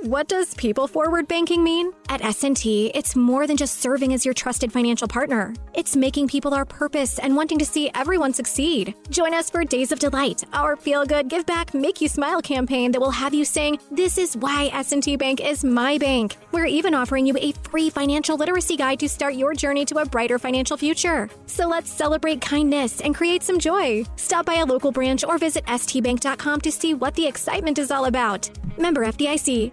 What does people forward banking mean? At S&T, it's more than just serving as your trusted financial partner. It's making people our purpose and wanting to see everyone succeed. Join us for Days of Delight, our feel-good, give-back, make-you-smile campaign that will have you saying, this is why S&T Bank is my bank. We're even offering you a free financial literacy guide to start your journey to a brighter financial future. So let's celebrate kindness and create some joy. Stop by a local branch or visit stbank.com to see what the excitement is all about. Member FDIC.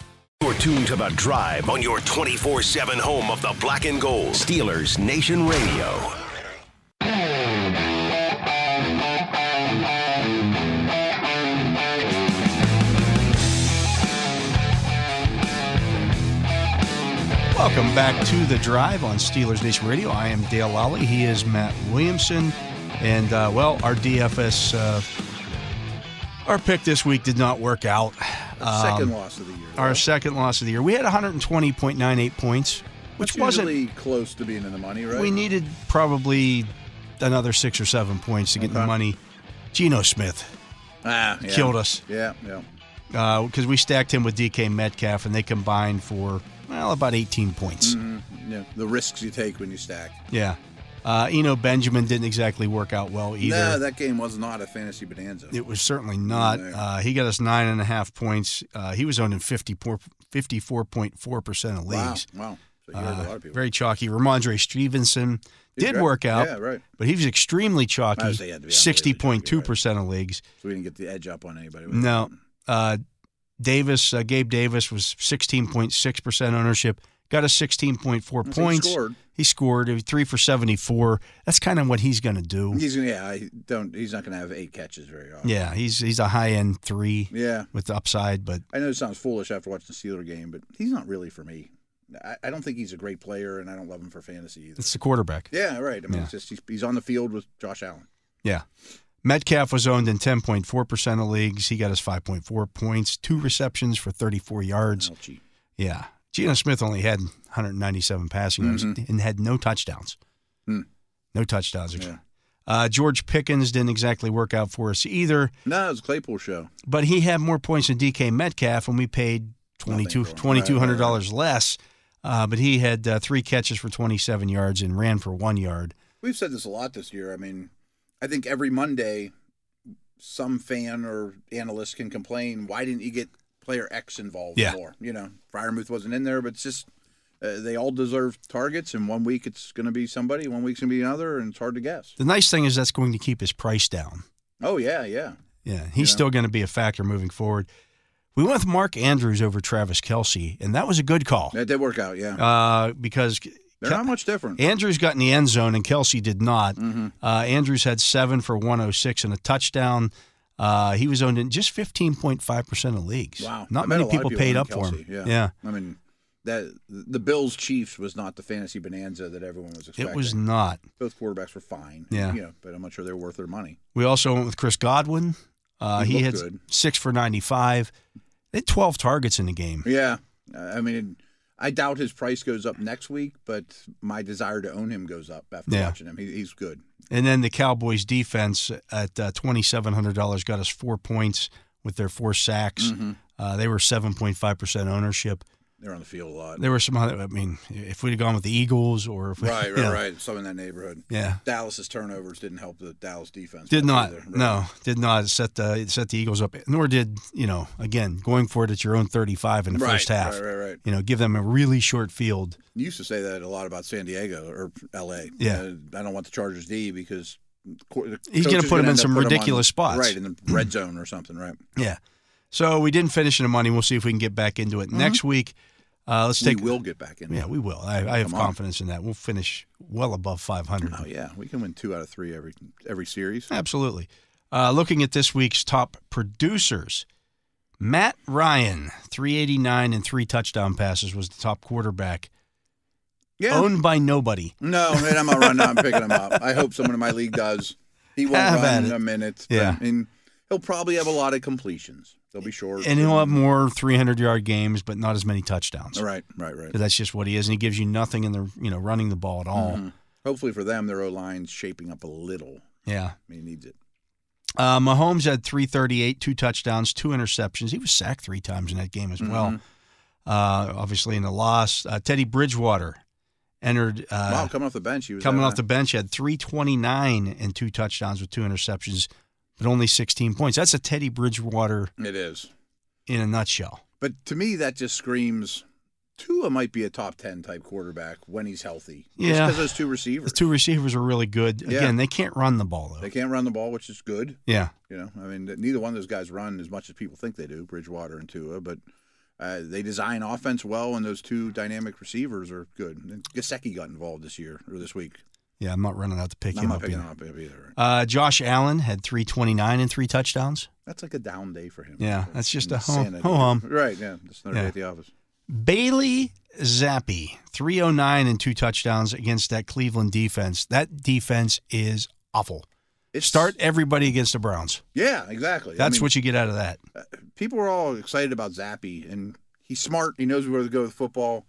You're tuned to The Drive on your 24 7 home of the black and gold. Steelers Nation Radio. Welcome back to The Drive on Steelers Nation Radio. I am Dale Lally. He is Matt Williamson. And, uh, well, our DFS, uh, our pick this week did not work out. Second loss of the year. Um, Our second loss of the year. We had 120.98 points, which That's wasn't. usually close to being in the money, right? We needed probably another six or seven points to get the Okay. money. Geno Smith, ah, yeah. killed us. Yeah, yeah. because uh, we stacked him with DK Metcalf, and they combined for, well, about 18 points. Mm-hmm. yeah. The risks you take when you stack. Yeah. Uh, Eno Benjamin didn't exactly work out well either. No, that game was not a fantasy bonanza. It was certainly not. Yeah. Uh, he got us nine and a half points. Uh, he was owned in 54, 54.4% of wow, leagues. wow. So you Uh, heard a lot of people. very chalky. Ramondre Stevenson He's did right. work out, Yeah, right. but he was extremely chalky. I was- he had to be unbelievably chalky, 60.2% of leagues. So we didn't get the edge up on anybody. with No. that. Uh, Davis, uh, Gabe Davis was 16.6% ownership, got us 16.4 He points. scored. He scored He was three for 74. That's kind of what he's going to do. He's gonna. Yeah, I don't. He's not gonna have eight catches very often. yeah, he's he's a high end three Yeah. with upside, but I know it sounds foolish after watching the Steeler game, but he's not really for me. I, I don't think he's a great player, and I don't love him for fantasy either. it's the quarterback. Yeah, right. I mean, Yeah. it's just he's, he's on the field with Josh Allen. Yeah. Metcalf was owned in 10.4% of leagues. He got us 5.4 points, two receptions for 34 yards. Ouchie. Yeah. Geno Smith only had 197 passing yards and had no touchdowns. Mm-hmm. Hmm. No touchdowns. Yeah. Uh, George Pickens didn't exactly work out for us either, No, it was Claypool show. but he had more points than DK Metcalf, and we paid 22 Nothing for him. $2,200 less. Uh, but he had uh, three catches for 27 yards and ran for one yard. We've said this a lot this year. I mean, I think every Monday, some fan or analyst can complain, why didn't you get player X involved Yeah. more? You know, Fryermuth wasn't in there, but it's just uh, they all deserve targets, and one week it's going to be somebody, one week's going to be another, and it's hard to guess. The nice thing is that's going to keep his price down. Oh, yeah, yeah. Yeah, he's still going to be a factor moving forward. We went with Mark Andrews over Travis Kelsey, and that was a good call That did work out, yeah. uh, because They're not much different. Andrews got in the end zone and Kelsey did not. Mm-hmm. Uh, Andrews had seven for 106 and a touchdown. Uh, he was owned in just 15.5% of leagues. Wow. I Not bet many a lot of people, paid own up for Kelsey, him. Yeah. I mean, that the Bills Chiefs was not the fantasy bonanza that everyone was expecting. It was not. both quarterbacks were fine. Yeah. You know, but I'm not sure they're worth their money. We also went with Chris Godwin. Uh, He he had looked good. six for 95. They had 12 targets in the game. Yeah. Uh, I mean, I doubt his price goes up next week, but my desire to own him goes up after Yeah. watching him. He, he's good. And then the Cowboys defense at uh, $2,700 got us four points with their four sacks. Mm-hmm. Uh, they were 7.5% ownership. They're on the field a lot. There were some other, I mean, if we'd have gone with the Eagles or if we, right, right, yeah, right. Some in that neighborhood. Yeah. Dallas's turnovers didn't help the Dallas defense. Did much not, either. Right. no, did not set the it set the Eagles up. Nor did you know again going for it at your own thirty-five in the Right, first half. right, right, right. You know, give them a really short field. You used to say that a lot about San Diego or L.A. Yeah. Uh, I don't want the Chargers D because co- the He's gonna coach is put him in end up some putting him on- ridiculous spots. right in the red zone or something, right? Yeah, so we didn't finish in the money. We'll see if we can get back into it next week. Uh, let's take Mm-hmm. we will get back in. Yeah, we will. I, I have Come on. confidence in that. We'll finish well above 500. Oh yeah, we can win two out of three every every series. Absolutely. Uh, looking at this week's top producers, Matt Ryan, 389 and three touchdown passes, was the top quarterback. Yeah. Owned by nobody. No, and I'm not running out and picking him up. I hope someone in my league does. He won't Have at run it. a minute. Yeah. But, I mean, he'll probably have a lot of completions. They'll be short. And he'll have more 300 yard games, but not as many touchdowns. Right, right, right. 'Cause That's just what he is. And he gives you nothing in the, you know, running the ball at all. Mm-hmm. Hopefully for them, their O line's shaping up a little. Yeah. I mean, he needs it. Uh, Mahomes had 338, two touchdowns, two interceptions. He was sacked three times in that game as well. Mm-hmm. Uh, obviously, in the loss, uh, Teddy Bridgewater entered. wow, Uh, coming off the bench, he was coming having off the a- bench, had 329 and two touchdowns with two interceptions, but only 16 points. That's a Teddy Bridgewater uh, It is. in a nutshell. But to me, that just screams Tua might be a top 10 type quarterback when he's healthy. Yeah. Because those two The receivers. two receivers are really good. Again, Yeah. they can't run the ball, though. They can't run the ball, which is good. yeah. You know, I mean, neither one of those guys run as much as people think they do, Bridgewater and Tua, but uh, they design offense well, and those two dynamic receivers are good. And Gasecki got involved this year or this week. Yeah, I'm not running out to pick I'm him not up picking either. him up either. Uh, Josh Allen had 329 and three touchdowns. That's like a down day for him. Yeah, that's just a ho- Insanity. ho-hum. Right, yeah. That's another Yeah. day at the office. Bailey Zappi, 309 and two touchdowns against that Cleveland defense. That defense is awful. It's, Start everybody against the Browns. Yeah, exactly. I That's mean, what you get out of that. people are all excited about Zappy, and he's smart. He knows where to go with football.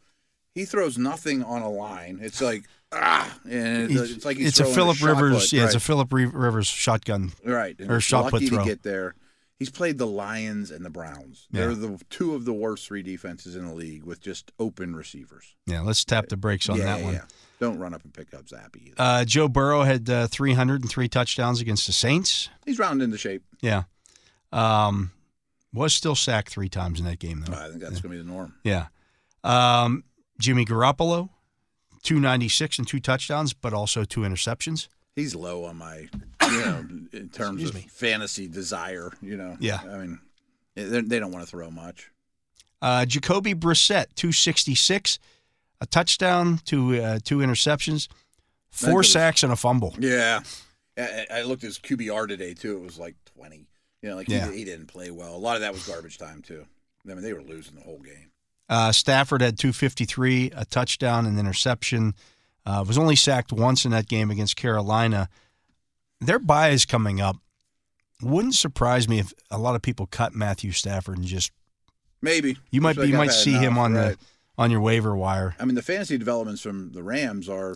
He throws nothing on a line. It's like ah, and it's, it's like he's it's a throwing Philip shot Rivers. put, yeah, it's a right. Philip Re- Rivers shotgun. right and or he's shot put lucky throw. to get there. He's played the Lions and the Browns. Yeah. They're the two of the worst three defenses in the league with just open receivers. Yeah, let's tap the brakes on yeah, that yeah, one. yeah. Don't run up and pick up Zappy. Either. Uh, Joe Burrow had uh, 303 touchdowns against the Saints. he's rounding into shape. Yeah, um, was still sacked three times in that game though. I think that's going to be the norm. oh, Yeah, um, Jimmy Garoppolo, 296 and two touchdowns, but also two interceptions. He's low on my, you know, in terms Excuse of me. fantasy desire. You know. Yeah. I mean, they they don't want to throw much. Uh, Jacoby Brissett, 266, a touchdown, two uh, two interceptions, That four was- sacks and a fumble. Yeah. I, I I looked at his QBR today too. It was like 20. You know, like Yeah. he, he didn't play well. A lot of that was garbage time too. I mean, they were losing the whole game. Uh, Stafford had 253, a touchdown, an interception. Uh, was only sacked once in that game against Carolina. Their bye is coming up. Wouldn't surprise me if a lot of people cut Matthew Stafford and just Maybe you might Looks like you I've might had see him enough, on right. the on your waiver wire. I mean, the fantasy developments from the Rams are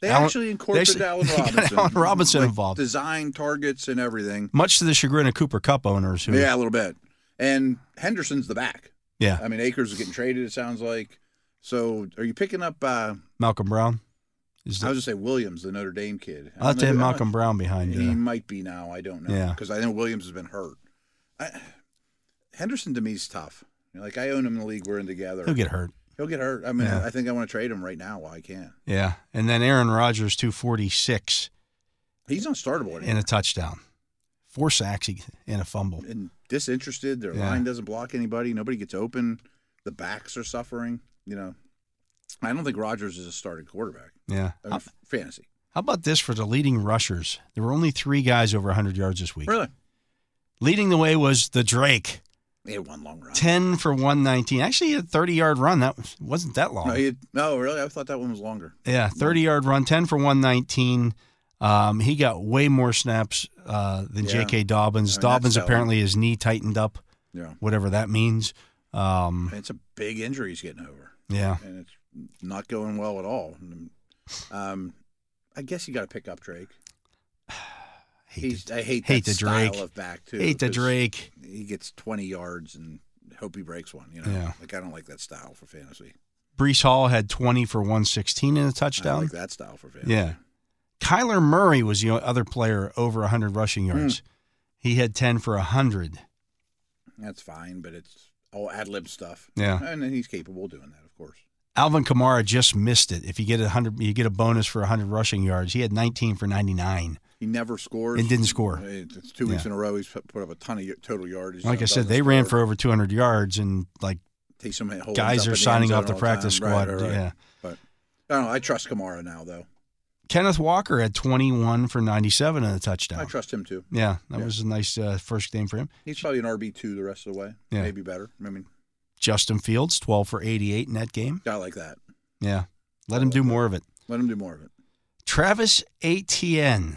they Allen- actually they incorporated actually- Allen they got Robinson. Allen Robinson Like, involved. Design targets and everything. Much to the chagrin of Cooper Cup owners, who Yeah, a little bit. And Henderson's the back. yeah, I mean, Akers is getting traded. It sounds like. So, are you picking up? Uh, Malcolm Brown is I the, was just say Williams, the Notre Dame kid. I I'll have to have don't know who- I don't- Malcolm Brown behind uh, He you. might be now. I don't know. Yeah. Because I know Williams has been hurt. I, Henderson to me is tough. You know, like I own him in the league. We're in together. He'll get hurt. He'll get hurt. I mean, Yeah. I think I want to trade him right now while I can. Yeah, and then Aaron Rodgers 246 He's not startable anymore. and a touchdown, four sacks and a fumble. And disinterested. Their Yeah. line doesn't block anybody. Nobody gets open. The backs are suffering. You know, I don't think Rogers is a starting quarterback. Yeah. I mean, f- fantasy. How about this for the leading rushers? There were only three guys over 100 yards this week. Really? Leading the way was the Drake, He had one long run. 10 for 119. Actually, he had a 30 yard run. That was- wasn't that long. No, he had, no, really? I thought that one was longer. yeah, 30 yard run, 10 for 119. Um, he got way more snaps uh, than Yeah. J.K. Dobbins. I mean, that's Dobbins telling. apparently his knee tightened up, Yeah. whatever that means. I Um, mean, it's a big injury he's getting over. yeah. and it's not going well at all. Um, I guess you got to pick up Drake. Hate He's, I hate, hate that the style Drake. of back the, too. hate the 'cause Drake. He gets twenty yards and hope he breaks one. You know, Yeah. like I don't like that style for fantasy. Brees Hall had 20 for 116 and a I don't touchdown. like that style for fantasy. Yeah. Kyler Murray was the other player over 100 rushing Hmm. yards. He had 10 for 100. that's fine, but it's all ad lib stuff. Yeah. and then he's capable of doing that, of course. Alvin Kamara just missed it. If you get a 100, you get a bonus for 100 rushing yards. He had 19 for 99. He never scores And didn't score. It- It's two weeks Yeah. in a row. He's put put up a ton of y- total yardage. Like I Doesn't said, they ran score. for over 200 yards, and like Taysom Hill holds guys are Oh, up in the end signing zone off the all time. practice Right, squad. right, right. Yeah. But I don't know. I trust Kamara now, though. Kenneth Walker had 21 for 97 and a I touchdown. trust him too. Yeah, that Yeah. was a nice uh, first game for him. He's probably an RB two the rest of the way. Yeah. Maybe better. I mean, Justin Fields, 12 for 88 in that game. guy like that. Yeah, let him do more of it. Let him do more of it. Travis Etienne,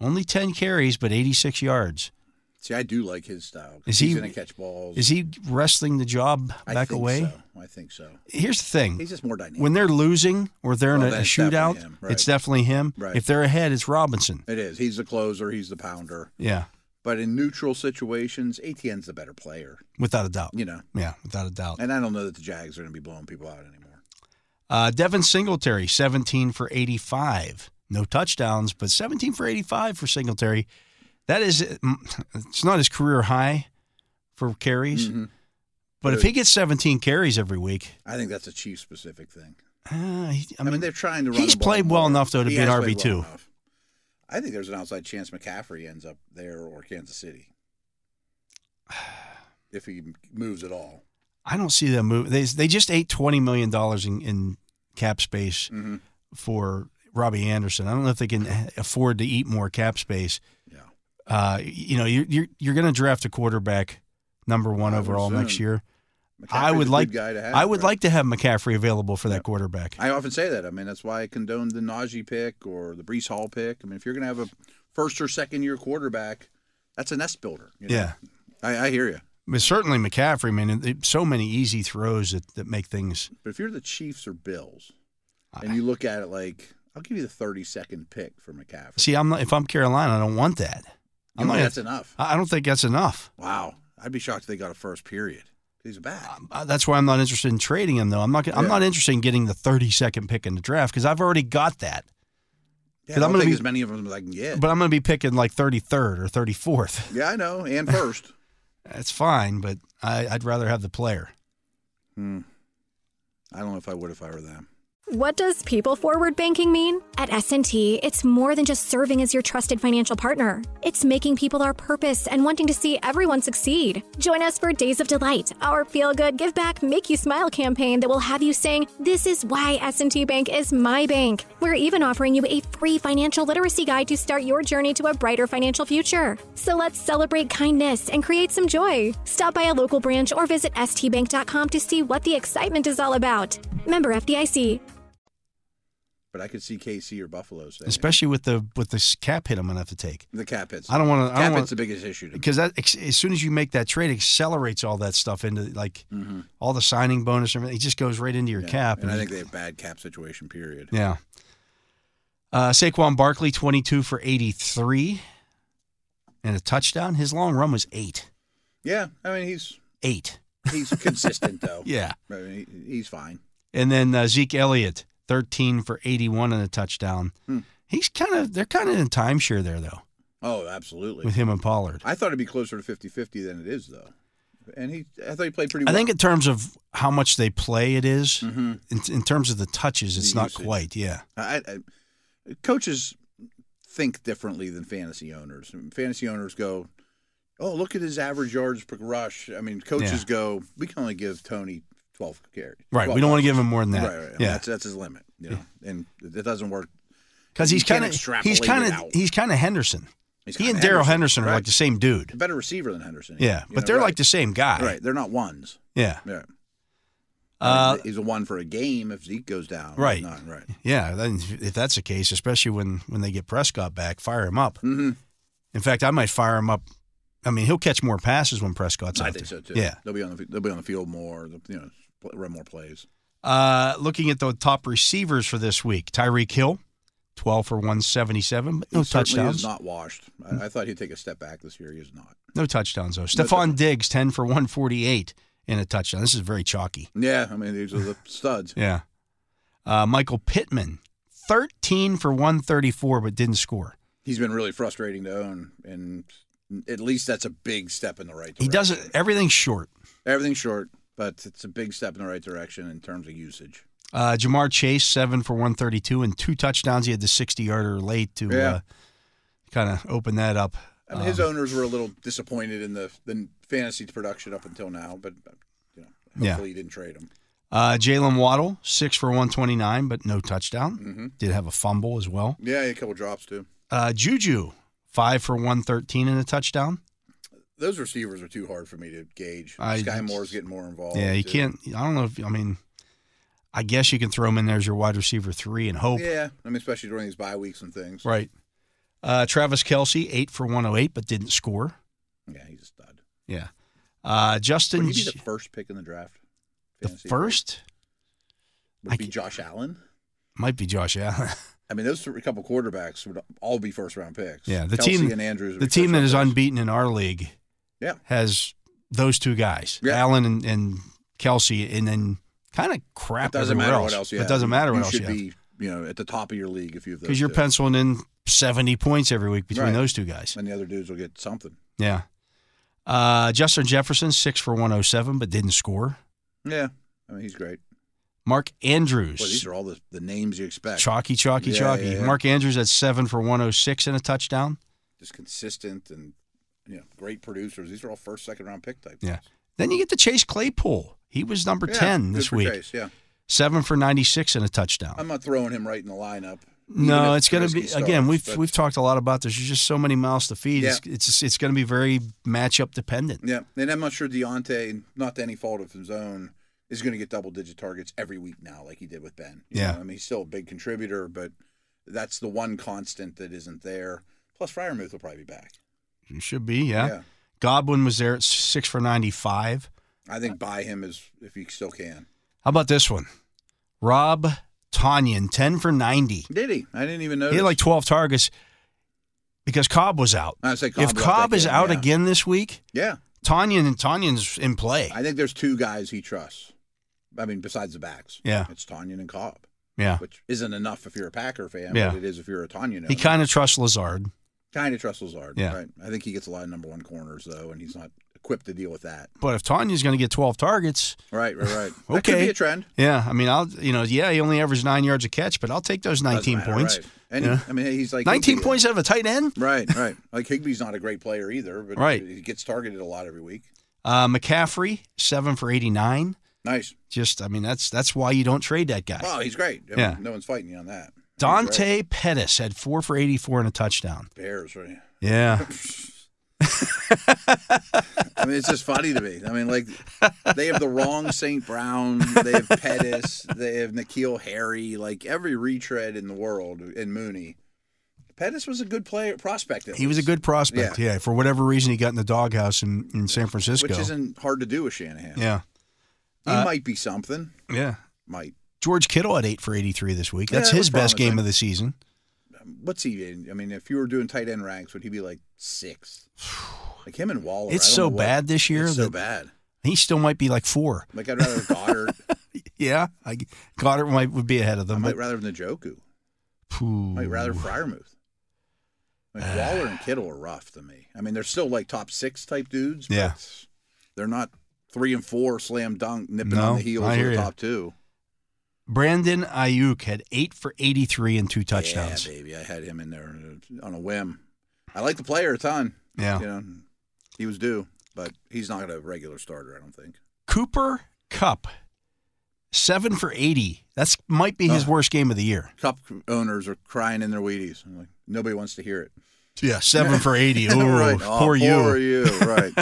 only 10 carries, but 86 yards. See, I do like his style. 'cause Is he's he- gonna catch balls? Is he wrestling the job Oh. I back think away? So. I think so. Here's the thing. He's just more dynamic. when they're losing or they're in Well, a, a that's shootout, definitely him, right. it's definitely him. Right. If they're ahead, it's Robinson. it is. He's the closer. He's the pounder. Yeah, But in neutral situations, ATN's the better player. without a doubt. You know. Yeah, without a doubt. And I don't know that the Jags are going to be blowing people out anymore. Uh, Devin Singletary, 17 for 85. No touchdowns, but 17 for 85 for Singletary. That is, mm, it's not his career high for carries, Mhm. but if he gets 17 carries every week, I think that's a Chiefs specific thing. uh, he, I mean, they're trying to. Run he's the ball played well more. enough, though, to He be an has played RB2. well enough. I think there's an outside chance McCaffrey ends up there or Kansas City if he moves at all. I don't see them move. They, they just ate $20 million in, in cap space Mhm. for Robbie Anderson. I don't know if they can afford to eat more cap space. Yeah. Uh, you know, you're, you're, you're going to draft a quarterback number one I would overall next assume. year. McCaffrey's I a would good like guy to have, I would right? like to have McCaffrey available for that quarterback. I often say that. I mean, that's why I condoned the Najee pick or the Brees Hall pick. I mean, if you're going to have a first or second year quarterback, that's a nest builder. you know? Yeah. I, I hear you. But certainly McCaffrey, man, it- so many easy throws that, that make things. But if you're the Chiefs or Bills, and you look at it like, I'll give you the 30 second pick for McCaffrey. See, I'm not, if I'm Carolina, I don't want that. You I'm know, not, that's enough. I I don't think that's enough. Wow, I'd be shocked if they got a first period. He's back. Uh, That's why I'm not interested in trading him, though. I'm not. gonna- I'm Yeah. not interested in getting the 32nd pick in the draft because I've already got that. Yeah, 'cause I'll I'm gonna take be- as many of them as I can get. But I'm going to be picking like 33rd or 34th. yeah, I know, and first. That's fine, but I, I'd rather have the player. Hmm. I don't know if I would if I were them. What does people forward banking mean? At S&T, it's more than just serving as your trusted financial partner. It's making people our purpose and wanting to see everyone succeed. Join us for Days of Delight, our feel-good, give-back, make-you-smile campaign that will have you saying, this is why S&T Bank is my bank. We're even offering you a free financial literacy guide to start your journey to a brighter financial future. So let's celebrate kindness and create some joy. Stop by a local branch or visit stbank.com to see what the excitement is all about. Member FDIC. But I could see KC or Buffalo saying Especially with the with this cap hit, I'm going to have to take. the cap hits. I don't want to. I Cap don't want hits the biggest issue. To me. because that ex- as soon as you make that trade, it accelerates all that stuff into like all the signing bonus and everything. It just goes right into your Mm-hmm. Yeah, cap. and I think they have bad cap situation. Period. yeah. Uh, Saquon Barkley, twenty-two for eighty-three, and a touchdown. His long run was eight, Yeah, I mean he's eight. he's consistent though. Yeah, I mean, he, he's fine. and then uh, Zeke Elliott, thirteen for eighty-one and a touchdown. Hmm. He's kind of they're kind of in timeshare there though Oh, absolutely. with him and Pollard. I thought it'd be closer to 50-50 than it is though. And he, I thought he played pretty I well. think in terms of how much they play, it is. hmm In, in terms of the touches, it's The not usage. quite. Yeah. I, I, coaches think differently than fantasy owners. Fantasy owners go, "Oh, look at his average yards per rush." I mean, coaches Yeah. go, "We can only give Tony twelve carries." Right. 12 We don't want to give touches." him more than that. Right, right. Yeah. that's that's his limit. You know, and it doesn't work. Because You he's can't kind of he's extrapolate kind it out. of he's kind of Henderson. He's he kinda and Daryl Henderson are right. like the same A dude. better receiver than Henderson. Yeah, you but know, they're right. like the same guy. right. They're not ones. Yeah. Yeah, I Uh, mean, he's a one for a game if Zeke goes down. Right. Not, right. yeah. Then if that's the case, especially when when they get Prescott back, fire him up. hmm In fact, I might fire him up. I mean, he'll catch more passes when Prescott's out I think so there. too. Yeah. they'll be on the they'll be on the field more. You know, pl- run more plays. Uh, looking at the top receivers for this week, Tyreek Hill, twelve for one seventy seven, but no he certainly touchdowns. Mm. is not washed. I, I thought he'd take a step back this year. He is not. No touchdowns though. Stephon touchdowns. Diggs, ten for one forty eight and a touchdown. This is very chalky. Yeah, I mean these are the studs. Yeah. Uh, Michael Pittman, 13 for 134, but didn't score. He's been really frustrating to own, and at least that's a big step in the right direction. He doesn't, everything's short. Everything's short, but it's a big step in the right direction in terms of usage. Uh, Jamar Chase, 7 for 132 and two touchdowns. He had the 60 yarder late to Yeah. uh, kind of open that up. I mean, Uh-huh. his owners were a little disappointed in the the fantasy production up until now, but uh, you know, Yeah. hopefully he didn't trade him. Uh, Jalen Waddle, six for 129, but no touchdown. Mm-hmm. Did have a fumble as well. Yeah, a couple drops too. Uh, Juju, five for 113 and a touchdown. Those receivers are too hard for me to gauge. I- Sky Moore's getting more involved. yeah, you too. can't. I don't know if, I mean, I guess you can throw him in there as your wide receiver three and hope. Yeah, I mean, especially during these bye weeks and things. Right. Uh, Travis Kelsey, eight for 108, but didn't score. Yeah, he's a stud. Yeah. Uh, Would Justin, he be J- the first pick in the draft? the Fantasy first pick? would I it be ca- Josh Allen. might be Josh Allen. I mean, those three, couple quarterbacks would all be first round picks. yeah, the Kelsey team and Andrews. would the be team that first-round is picks. unbeaten in our league Yeah, has those two guys, Yeah. Allen and, and Kelsey, and then kind of crap it doesn't everywhere matter else. what else you It have. doesn't matter what you else should you have be, you know, at the top of your league if you have those. because you're two. penciling in 70 points every week between Right. those two guys. and the other dudes will get something. Yeah. Uh, Justin Jefferson, six for 107, but didn't score. Yeah, I mean, he's great. Mark Andrews, Boy, these are all the, the names you expect. chalky, chalky, Yeah, chalky. yeah, yeah. Mark Andrews at seven for 106 and a touchdown. Just consistent and you know, great producers. These are all first, second round pick type. Yeah. guys. Then you get to Chase Claypool. He was number Yeah, 10 good this for week, Chase, yeah, seven for 96 and a touchdown. I'm not throwing him right in the lineup. even no, if it's going to Trubisky be again. starts, We've but- we've talked a lot about this. There's just so many mouths to feed. It's it's, it's going to be very matchup dependent. Yeah, and I'm not sure Deontay, not to any fault of his own, is going to get double digit targets every week now, like he did with Ben. You Yeah. know, I mean he's still a big contributor, but that's the one constant that isn't there. Plus, Fryermuth will probably be back. It should be, yeah. Godwin was there at six for 95. I think buy him is if you still can. How about this one? Rob Tanyan, 10 for 90. Did he? I didn't even know. He had like 12 targets because Cobb was out. I say Cobb if left that Cobb is game, out yeah. again this week, yeah, Tanyan and Tanyan's in play. I think there's two guys he trusts. I mean, besides the backs, Yeah. it's Tanyan and Cobb, yeah. which isn't enough if you're a Packer fan, Yeah. but it is if you're a Tanyan. He kind of trusts Lazard. kind of trusts Lazard. Yeah. Right. I think he gets a lot of number one corners though, and he's not equipped to deal with that. But if Tanya's going to get 12 targets, Right. Right. Right. okay. That could Okay. be a trend. yeah, I mean, I'll, you know, yeah, he only averaged nine yards a catch, but I'll take those Doesn't 19 matter, points. right. And Yeah. he, I mean, he's like 19 Higby. points out of a tight end? Right. Right. Like Higby's not a great player either, but Right. he gets targeted a lot every week. Uh, McCaffrey, seven for 89. Nice. Just, I mean, that's that's why you don't trade that guy. Oh, he's great. I mean, Yeah. No one's fighting you on that. He's great. Dante Pettis had four for 84 and a touchdown. Bears, right? Yeah. I mean, it's just funny to me. I mean, like they have the wrong St. Brown, they have Pettis, they have Nikhil Harry, like every retread in the world in Mooney. Pettis was a good player prospect. at He was a least, good prospect. Yeah. For whatever reason, he got in the doghouse in, in San Francisco. which isn't hard to do with Shanahan. yeah. he Uh, might be something. Yeah. Might George Kittle had eight for 83 this week. Yeah, That's that was his best promising. game of the season. um, what's he? in? I mean, if you were doing tight end ranks, would he be like six? Like him and Waller. It's I don't so know what- bad this year It's so that- bad. He still might be like four. Like I'd rather Goddard. Yeah. I, Goddard might would be ahead of I them. might but- rather than Njoku. Ooh. Might rather Fryermuth. Like Waller and Kittle are rough to me. I mean, they're still like top six type dudes. but Yeah. They're not three and four slam dunk nipping No, on the heels I of hear the ya. top two. Brandon Ayuk had eight for 83 and two touchdowns. Yeah, baby. I had him in there uh, on a whim. I like the player a ton. Yeah. You know, he was due, but he's not a regular starter, I don't think. Cooper Cup, seven for 80. That's might be his Oh. worst game of the year. Cup owners are crying in their Wheaties. I'm like, nobody wants to hear it. Yeah, seven for 80. Ooh, right. Oh, poor you. Poor you. Right.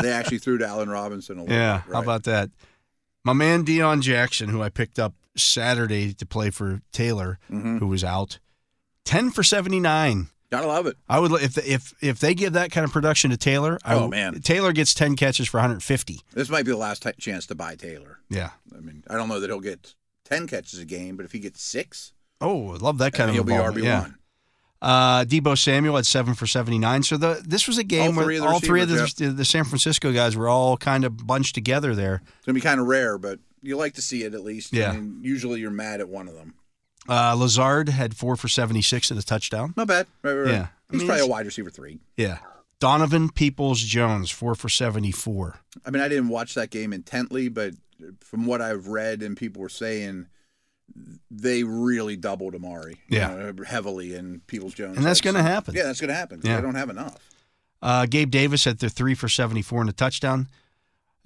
they actually threw to Allen Robinson a little Yeah, bit, how right. about that? My man Dion Jackson, who I picked up Saturday to play for Taylor, Mm-hmm. who was out, ten for seventy nine. Gotta love it. I would li- if if if they give that kind of production to Taylor. I Oh, would- man. Taylor gets ten catches for one hundred fifty. This might be the last t- chance to buy Taylor. Yeah. I mean, I don't know that he'll get ten catches a game, but if he gets six, Oh, I love that kind of he'll be RB involvement. Yeah. one. Uh, Debo Samuel at seven for seventy nine. So the this was a game All three where of the all three of the, receivers, the San Francisco guys were all kind of bunched together there. It's gonna be kind of rare, but you like to see it at least. Yeah. I mean, usually you're mad at one of them. Uh, Lazard had four for seventy six and a touchdown. Not bad. Right, right, right. Yeah. I He's mean, probably it's- a wide receiver three. Yeah. Donovan Peoples Jones, four for 74. I mean, I didn't watch that game intently, but from what I've read and people were saying, they really doubled Amari you Yeah. know, heavily and Peoples Jones, And that's gonna happen. Yeah, that's gonna happen. 'cause Yeah. They don't have enough. Uh, Gabe Davis had the three for 74 and a touchdown.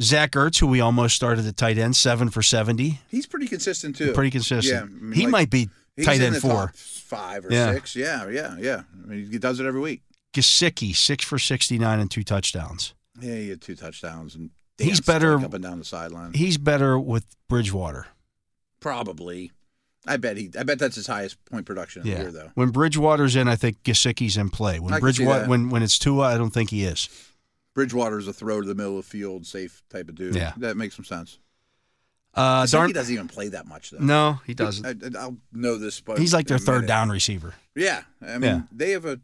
Zach Ertz, who we almost started at tight end, seven for 70. He's pretty consistent too. Pretty consistent. Yeah, I mean, he like, might be he's tight in end the four. top five or Yeah. six. Yeah, yeah, yeah. I mean, he does it every week. Gasicki, six for 69 and two touchdowns. Yeah, he had two touchdowns and He's danced, better- like, up and down the sideline. He's better with Bridgewater. Probably. I bet he. I bet that's his highest point production of the year, though. When Bridgewater's in, I think Gasicki's in play. When I can see Bridgewater, that. when when it's Tua, I don't think he is. Bridgewater's a throw to the middle of the field, safe type of dude. Yeah. that makes some sense. Uh, I darn, he doesn't even play that much though. no, he doesn't. I, will know this, but He's like their in a third minute. down receiver. Yeah, I mean, Yeah. they have a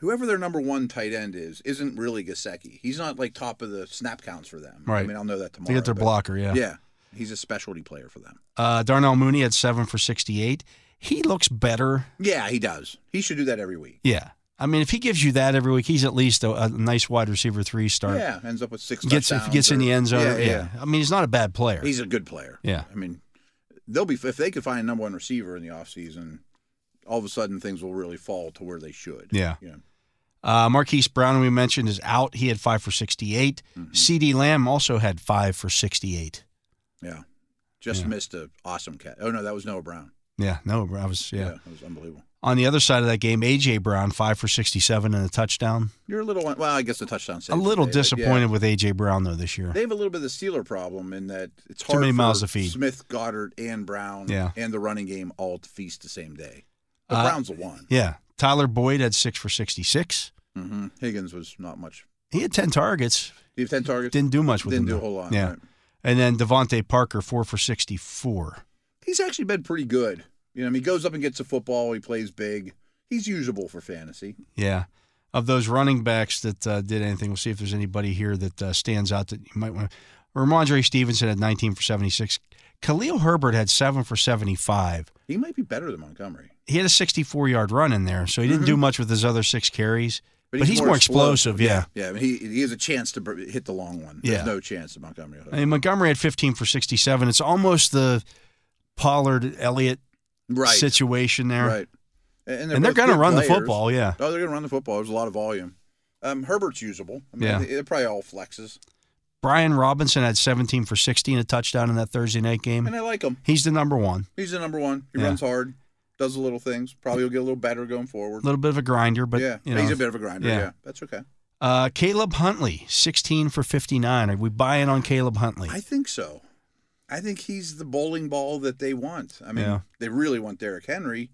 whoever their number one tight end is isn't really Gasecki. He's not like top of the snap counts for them. I Right. mean, I'll know that They tomorrow. get their but- blocker, yeah. Yeah, he's a specialty player for them. Uh, Darnell Mooney had seven for sixty-eight. He looks better. Yeah, he does. He should do that every week. Yeah, I mean, if he gives you that every week, he's at least a, a nice wide receiver three star. Yeah, ends up with six. gets if he touchdowns gets in or- the end zone. Yeah, Yeah, I mean, he's not a bad player. he's a good player. Yeah. I mean, they'll be if they could find a number one receiver in the offseason, all of a sudden things will really fall to where they should. Yeah. You know, Uh, Marquise Brown, we mentioned, is out. He had five for 68. Mm-hmm. CD Lamb also had five for 68. yeah. Just Yeah. missed a awesome catch. Oh no, that was Noah Brown. Yeah, no, I was, yeah. that was unbelievable. On the other side of that game, A.J. Brown, five for 67 and a touchdown. You're a little well, I guess the touchdown. A saved little the day, but yeah. disappointed with A.J. Brown, though, this year. They have a little bit of the Steeler problem in that it's Too hard many for mouths to feed. Smith, Goddard, and Brown, Yeah. and the running game all to feast the same day. But Uh, Brown's the one. Yeah. Tyler Boyd had six for 66. hmm Higgins was not much. He had 10 targets. Do you have ten targets? Didn't do much with Didn't them, do a though. whole lot. Yeah. right. And then Devontae Parker, four for 64. he's actually been pretty good. You know, I mean, he goes up and gets the football. He plays big. He's usable for fantasy. Yeah. Of those running backs that uh, did anything, we'll see if there's anybody here that uh, stands out that you might want to. Ramondre Stevenson had 19 for 76. Khalil Herbert had 7 for 75. He might be better than Montgomery, He had a 64 yard run in there, so he didn't do Mm-hmm. much with his other six carries. But, he's, more explosive, yeah. yeah. I mean, he he has a chance to br- hit the long one. There's Yeah. no chance that Montgomery. Will I mean, Montgomery had 15 for 67. It's almost the Pollard Elliott right, situation there. right. And And they're both going to good run the players. football, yeah. Oh, they're going to run the football. There's a lot of volume. Um, Herbert's usable. I mean, Yeah. they- they're probably all flexes, Brian Robinson had 17 for 16, a touchdown in that Thursday night game. and I like him. He's the number one. He's the number one. He Mm. Yeah. runs hard, does the little things. Probably will get a little better going A forward. little bit of a grinder, but yeah, you know, he's a bit of a grinder. yeah. Yeah, that's okay. Uh, Caleb Huntley, 16 for 59. Are we buying on Caleb Huntley? I think so. I think he's the bowling ball that they want. I mean, Yeah. they really want Derrick Henry,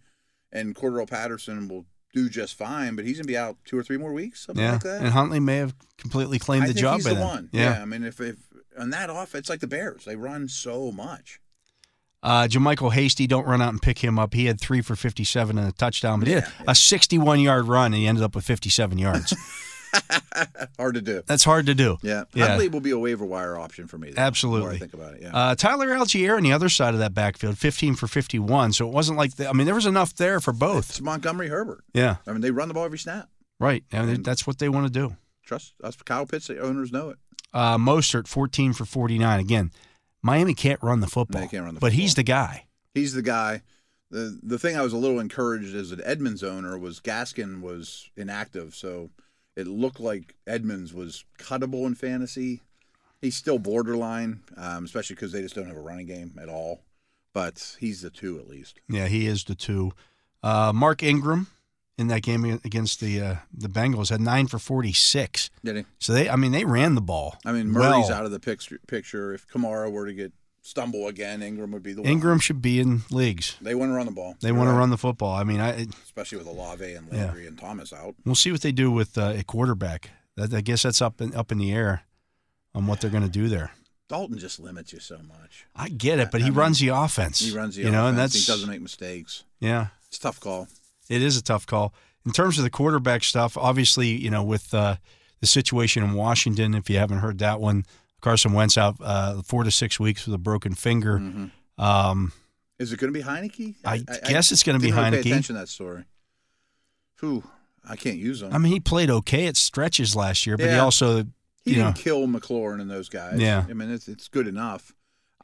and Cordero Patterson will do just fine, but he's going to be out two or three more weeks, something yeah. like that. And Huntley may have completely claimed I the think job he's by the then. one. Yeah. I mean, if, if on that off, it's like the Bears. They run so much. Uh, Jermichael Hasty, don't run out and pick him up. He had three for 57 and a touchdown, but he had Yeah, yeah. a 61 yard run and he ended up with 57 yards. Hard to do. That's hard to do. Yeah. Yeah. Huntley will be a waiver wire option for me. though, the more Absolutely. I think about it. Yeah. Uh, Tyler Algier on the other side of that backfield, 15 for 51. So it wasn't like, the, I mean, there was enough there for both. it's Montgomery Herbert. Yeah, I mean, they run the ball every snap. right. I mean, that's what they want to do. Trust us. Kyle Pitts, the owners know it. Uh, Mostert, 14 for 49. Again, Miami can't run the football, can't run the but he's football. the guy. He's the guy. The the thing I was a little encouraged as an Edmonds owner was Gaskin was inactive, so it looked like Edmonds was cuttable in fantasy. He's still borderline, um, especially because they just don't have a running game at all. But he's the two at least. Yeah, he is the two. Uh, Mark Ingram in that game against the uh, the Bengals had nine for forty six. Did he? So they, I mean, they ran the ball. I mean, Murray's well. out of the picture. Picture if Kamara were to get stumble again, Ingram would be the one. Ingram should be in leagues. They want to run the ball. They You're want to right. run the football. I mean, I especially with Olave and Yeah. Landry and Thomas out. we'll see what they do with uh, a quarterback. That, I guess that's up in, up in the air on what they're going to do there. Dalton just limits you so much. I get it, but I he mean, runs the offense. He runs the you know, and that's he doesn't make mistakes. yeah. It's a tough call. It is a tough call. In terms of the quarterback stuff, obviously, you know, with uh, the situation in Washington, if you haven't heard that one, Carson Wentz out uh, four to six weeks with a broken finger. Mm-hmm. Um, Is it going to be Heineke? I guess it's gonna be didn't really Heineke. Pay attention to that story. Whew, I can't use him. I mean, he played okay at stretches last year, but he Yeah. also, he you didn't know, kill McLaurin and those guys. Yeah. I mean, it's, it's good enough.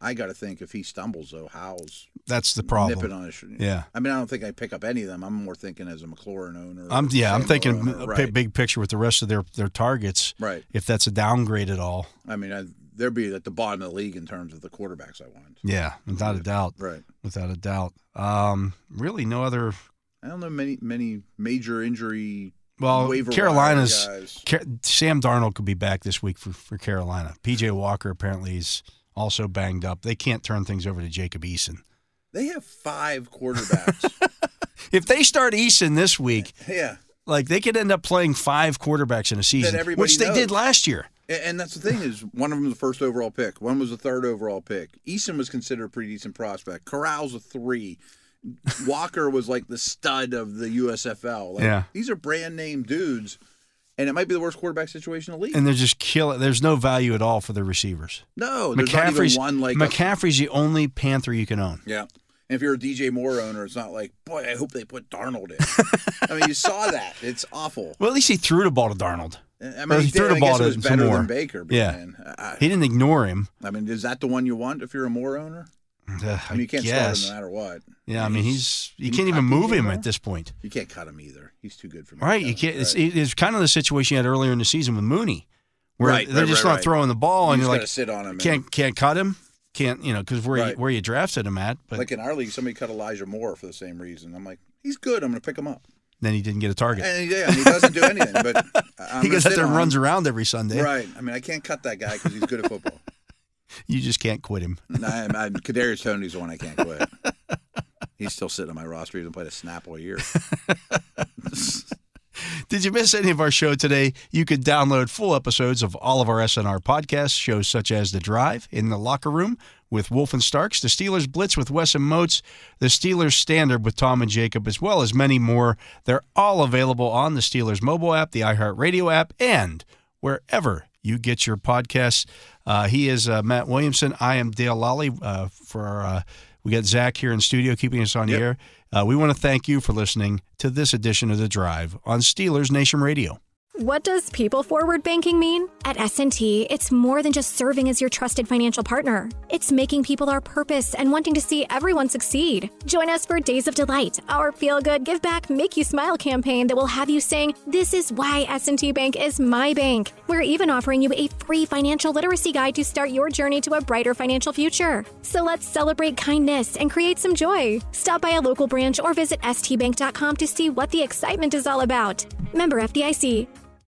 I got to think if he stumbles though, Howell's that's the nipping problem. on his. sh- Yeah. I mean, I don't think I pick up any of them. I'm more thinking as a McLaurin owner. or I'm yeah, I'm Samuel thinking owner. a right. big picture with the rest of their their targets. Right. If that's a downgrade at all, I mean, I, they'd be at the bottom of the league in terms of the quarterbacks I want. Yeah, without a doubt. Right. Without a doubt. Um, really, no other. I don't know many many major injury. Well, waiver Carolina's. wire guys. Car- Sam Darnold could be back this week for, for Carolina. PJ Walker apparently is also banged up. They can't turn things over to Jacob Eason. They have five quarterbacks. If they start Eason this week, yeah, like they could end up playing five quarterbacks in a season, everybody which they knows. did last year. and, and that's the thing is one of them was the first overall pick. One was the third overall pick. Eason was considered a pretty decent prospect. Corral's a three. Walker was like the stud of the USFL. Like, Yeah. These are brand name dudes, and it might be the worst quarterback situation in the league. And they're just killing. There's no value at all for the receivers. no, there's not McCaffrey's even one like. McCaffrey's the only Panther you can own. yeah. And if you're a DJ Moore owner, it's not like, boy, I hope they put Darnold in. I mean, you saw that. It's awful. Well, at least he threw the ball to Darnold. I Or mean, he he threw did, the I ball guess to it was better Moore. than Baker. But Yeah. man, I, He didn't ignore him. I mean, is that the one you want if you're a Moore owner? Ugh, I mean, you can't guess. start him no matter what. Yeah, I mean he's you Can you can't even cut move PJ him Moore? at this point, You can't cut him either. He's too good for me. right? You can't. It's, it's kind of the situation you had earlier in the season with Mooney, where Right, they're right, just right, not right. throwing the ball, You and just you're gotta like, sit on him. can't can't cut him, can't you know because where you, Right. where you drafted him at, but and, like in our league, somebody cut Elijah Moore for the same reason. I'm like, he's good. I'm going to pick him up. then he didn't get a target. And yeah, and he doesn't do anything. But I- I'm he gonna goes out sit there and on runs him. around eh? every Sunday. Right. I mean, I can't cut that guy because he's good at football. You just can't quit him. And I, I, Kadarius Tony's the one I can't quit. He's still sitting on my roster. He hasn't played a snap all year. Did you miss any of our show today? You could download full episodes of all of our SNR podcasts, shows such as The Drive, In the Locker Room with Wolf and Starks, The Steelers Blitz with Wes and Moats, The Steelers Standard with Tom and Jacob, as well as many more. They're all available on the Steelers mobile app, the iHeartRadio app, and wherever you get your podcasts. Uh, he is uh, Matt Williamson. I am Dale Lally. Uh, for our, uh, we got Zach here in studio keeping us on the air. Uh, we want to thank you for listening to this edition of the Drive on Steelers Nation Radio. What does people forward banking mean? At S&T, it's more than just serving as your trusted financial partner. It's making people our purpose and wanting to see everyone succeed. Join us for Days of Delight, our feel-good, give-back, make-you-smile campaign that will have you saying, this is why S&T Bank is my bank. We're even offering you a free financial literacy guide to start your journey to a brighter financial future. So let's celebrate kindness and create some joy. Stop by a local branch or visit stbank.com to see what the excitement is all about. Member FDIC.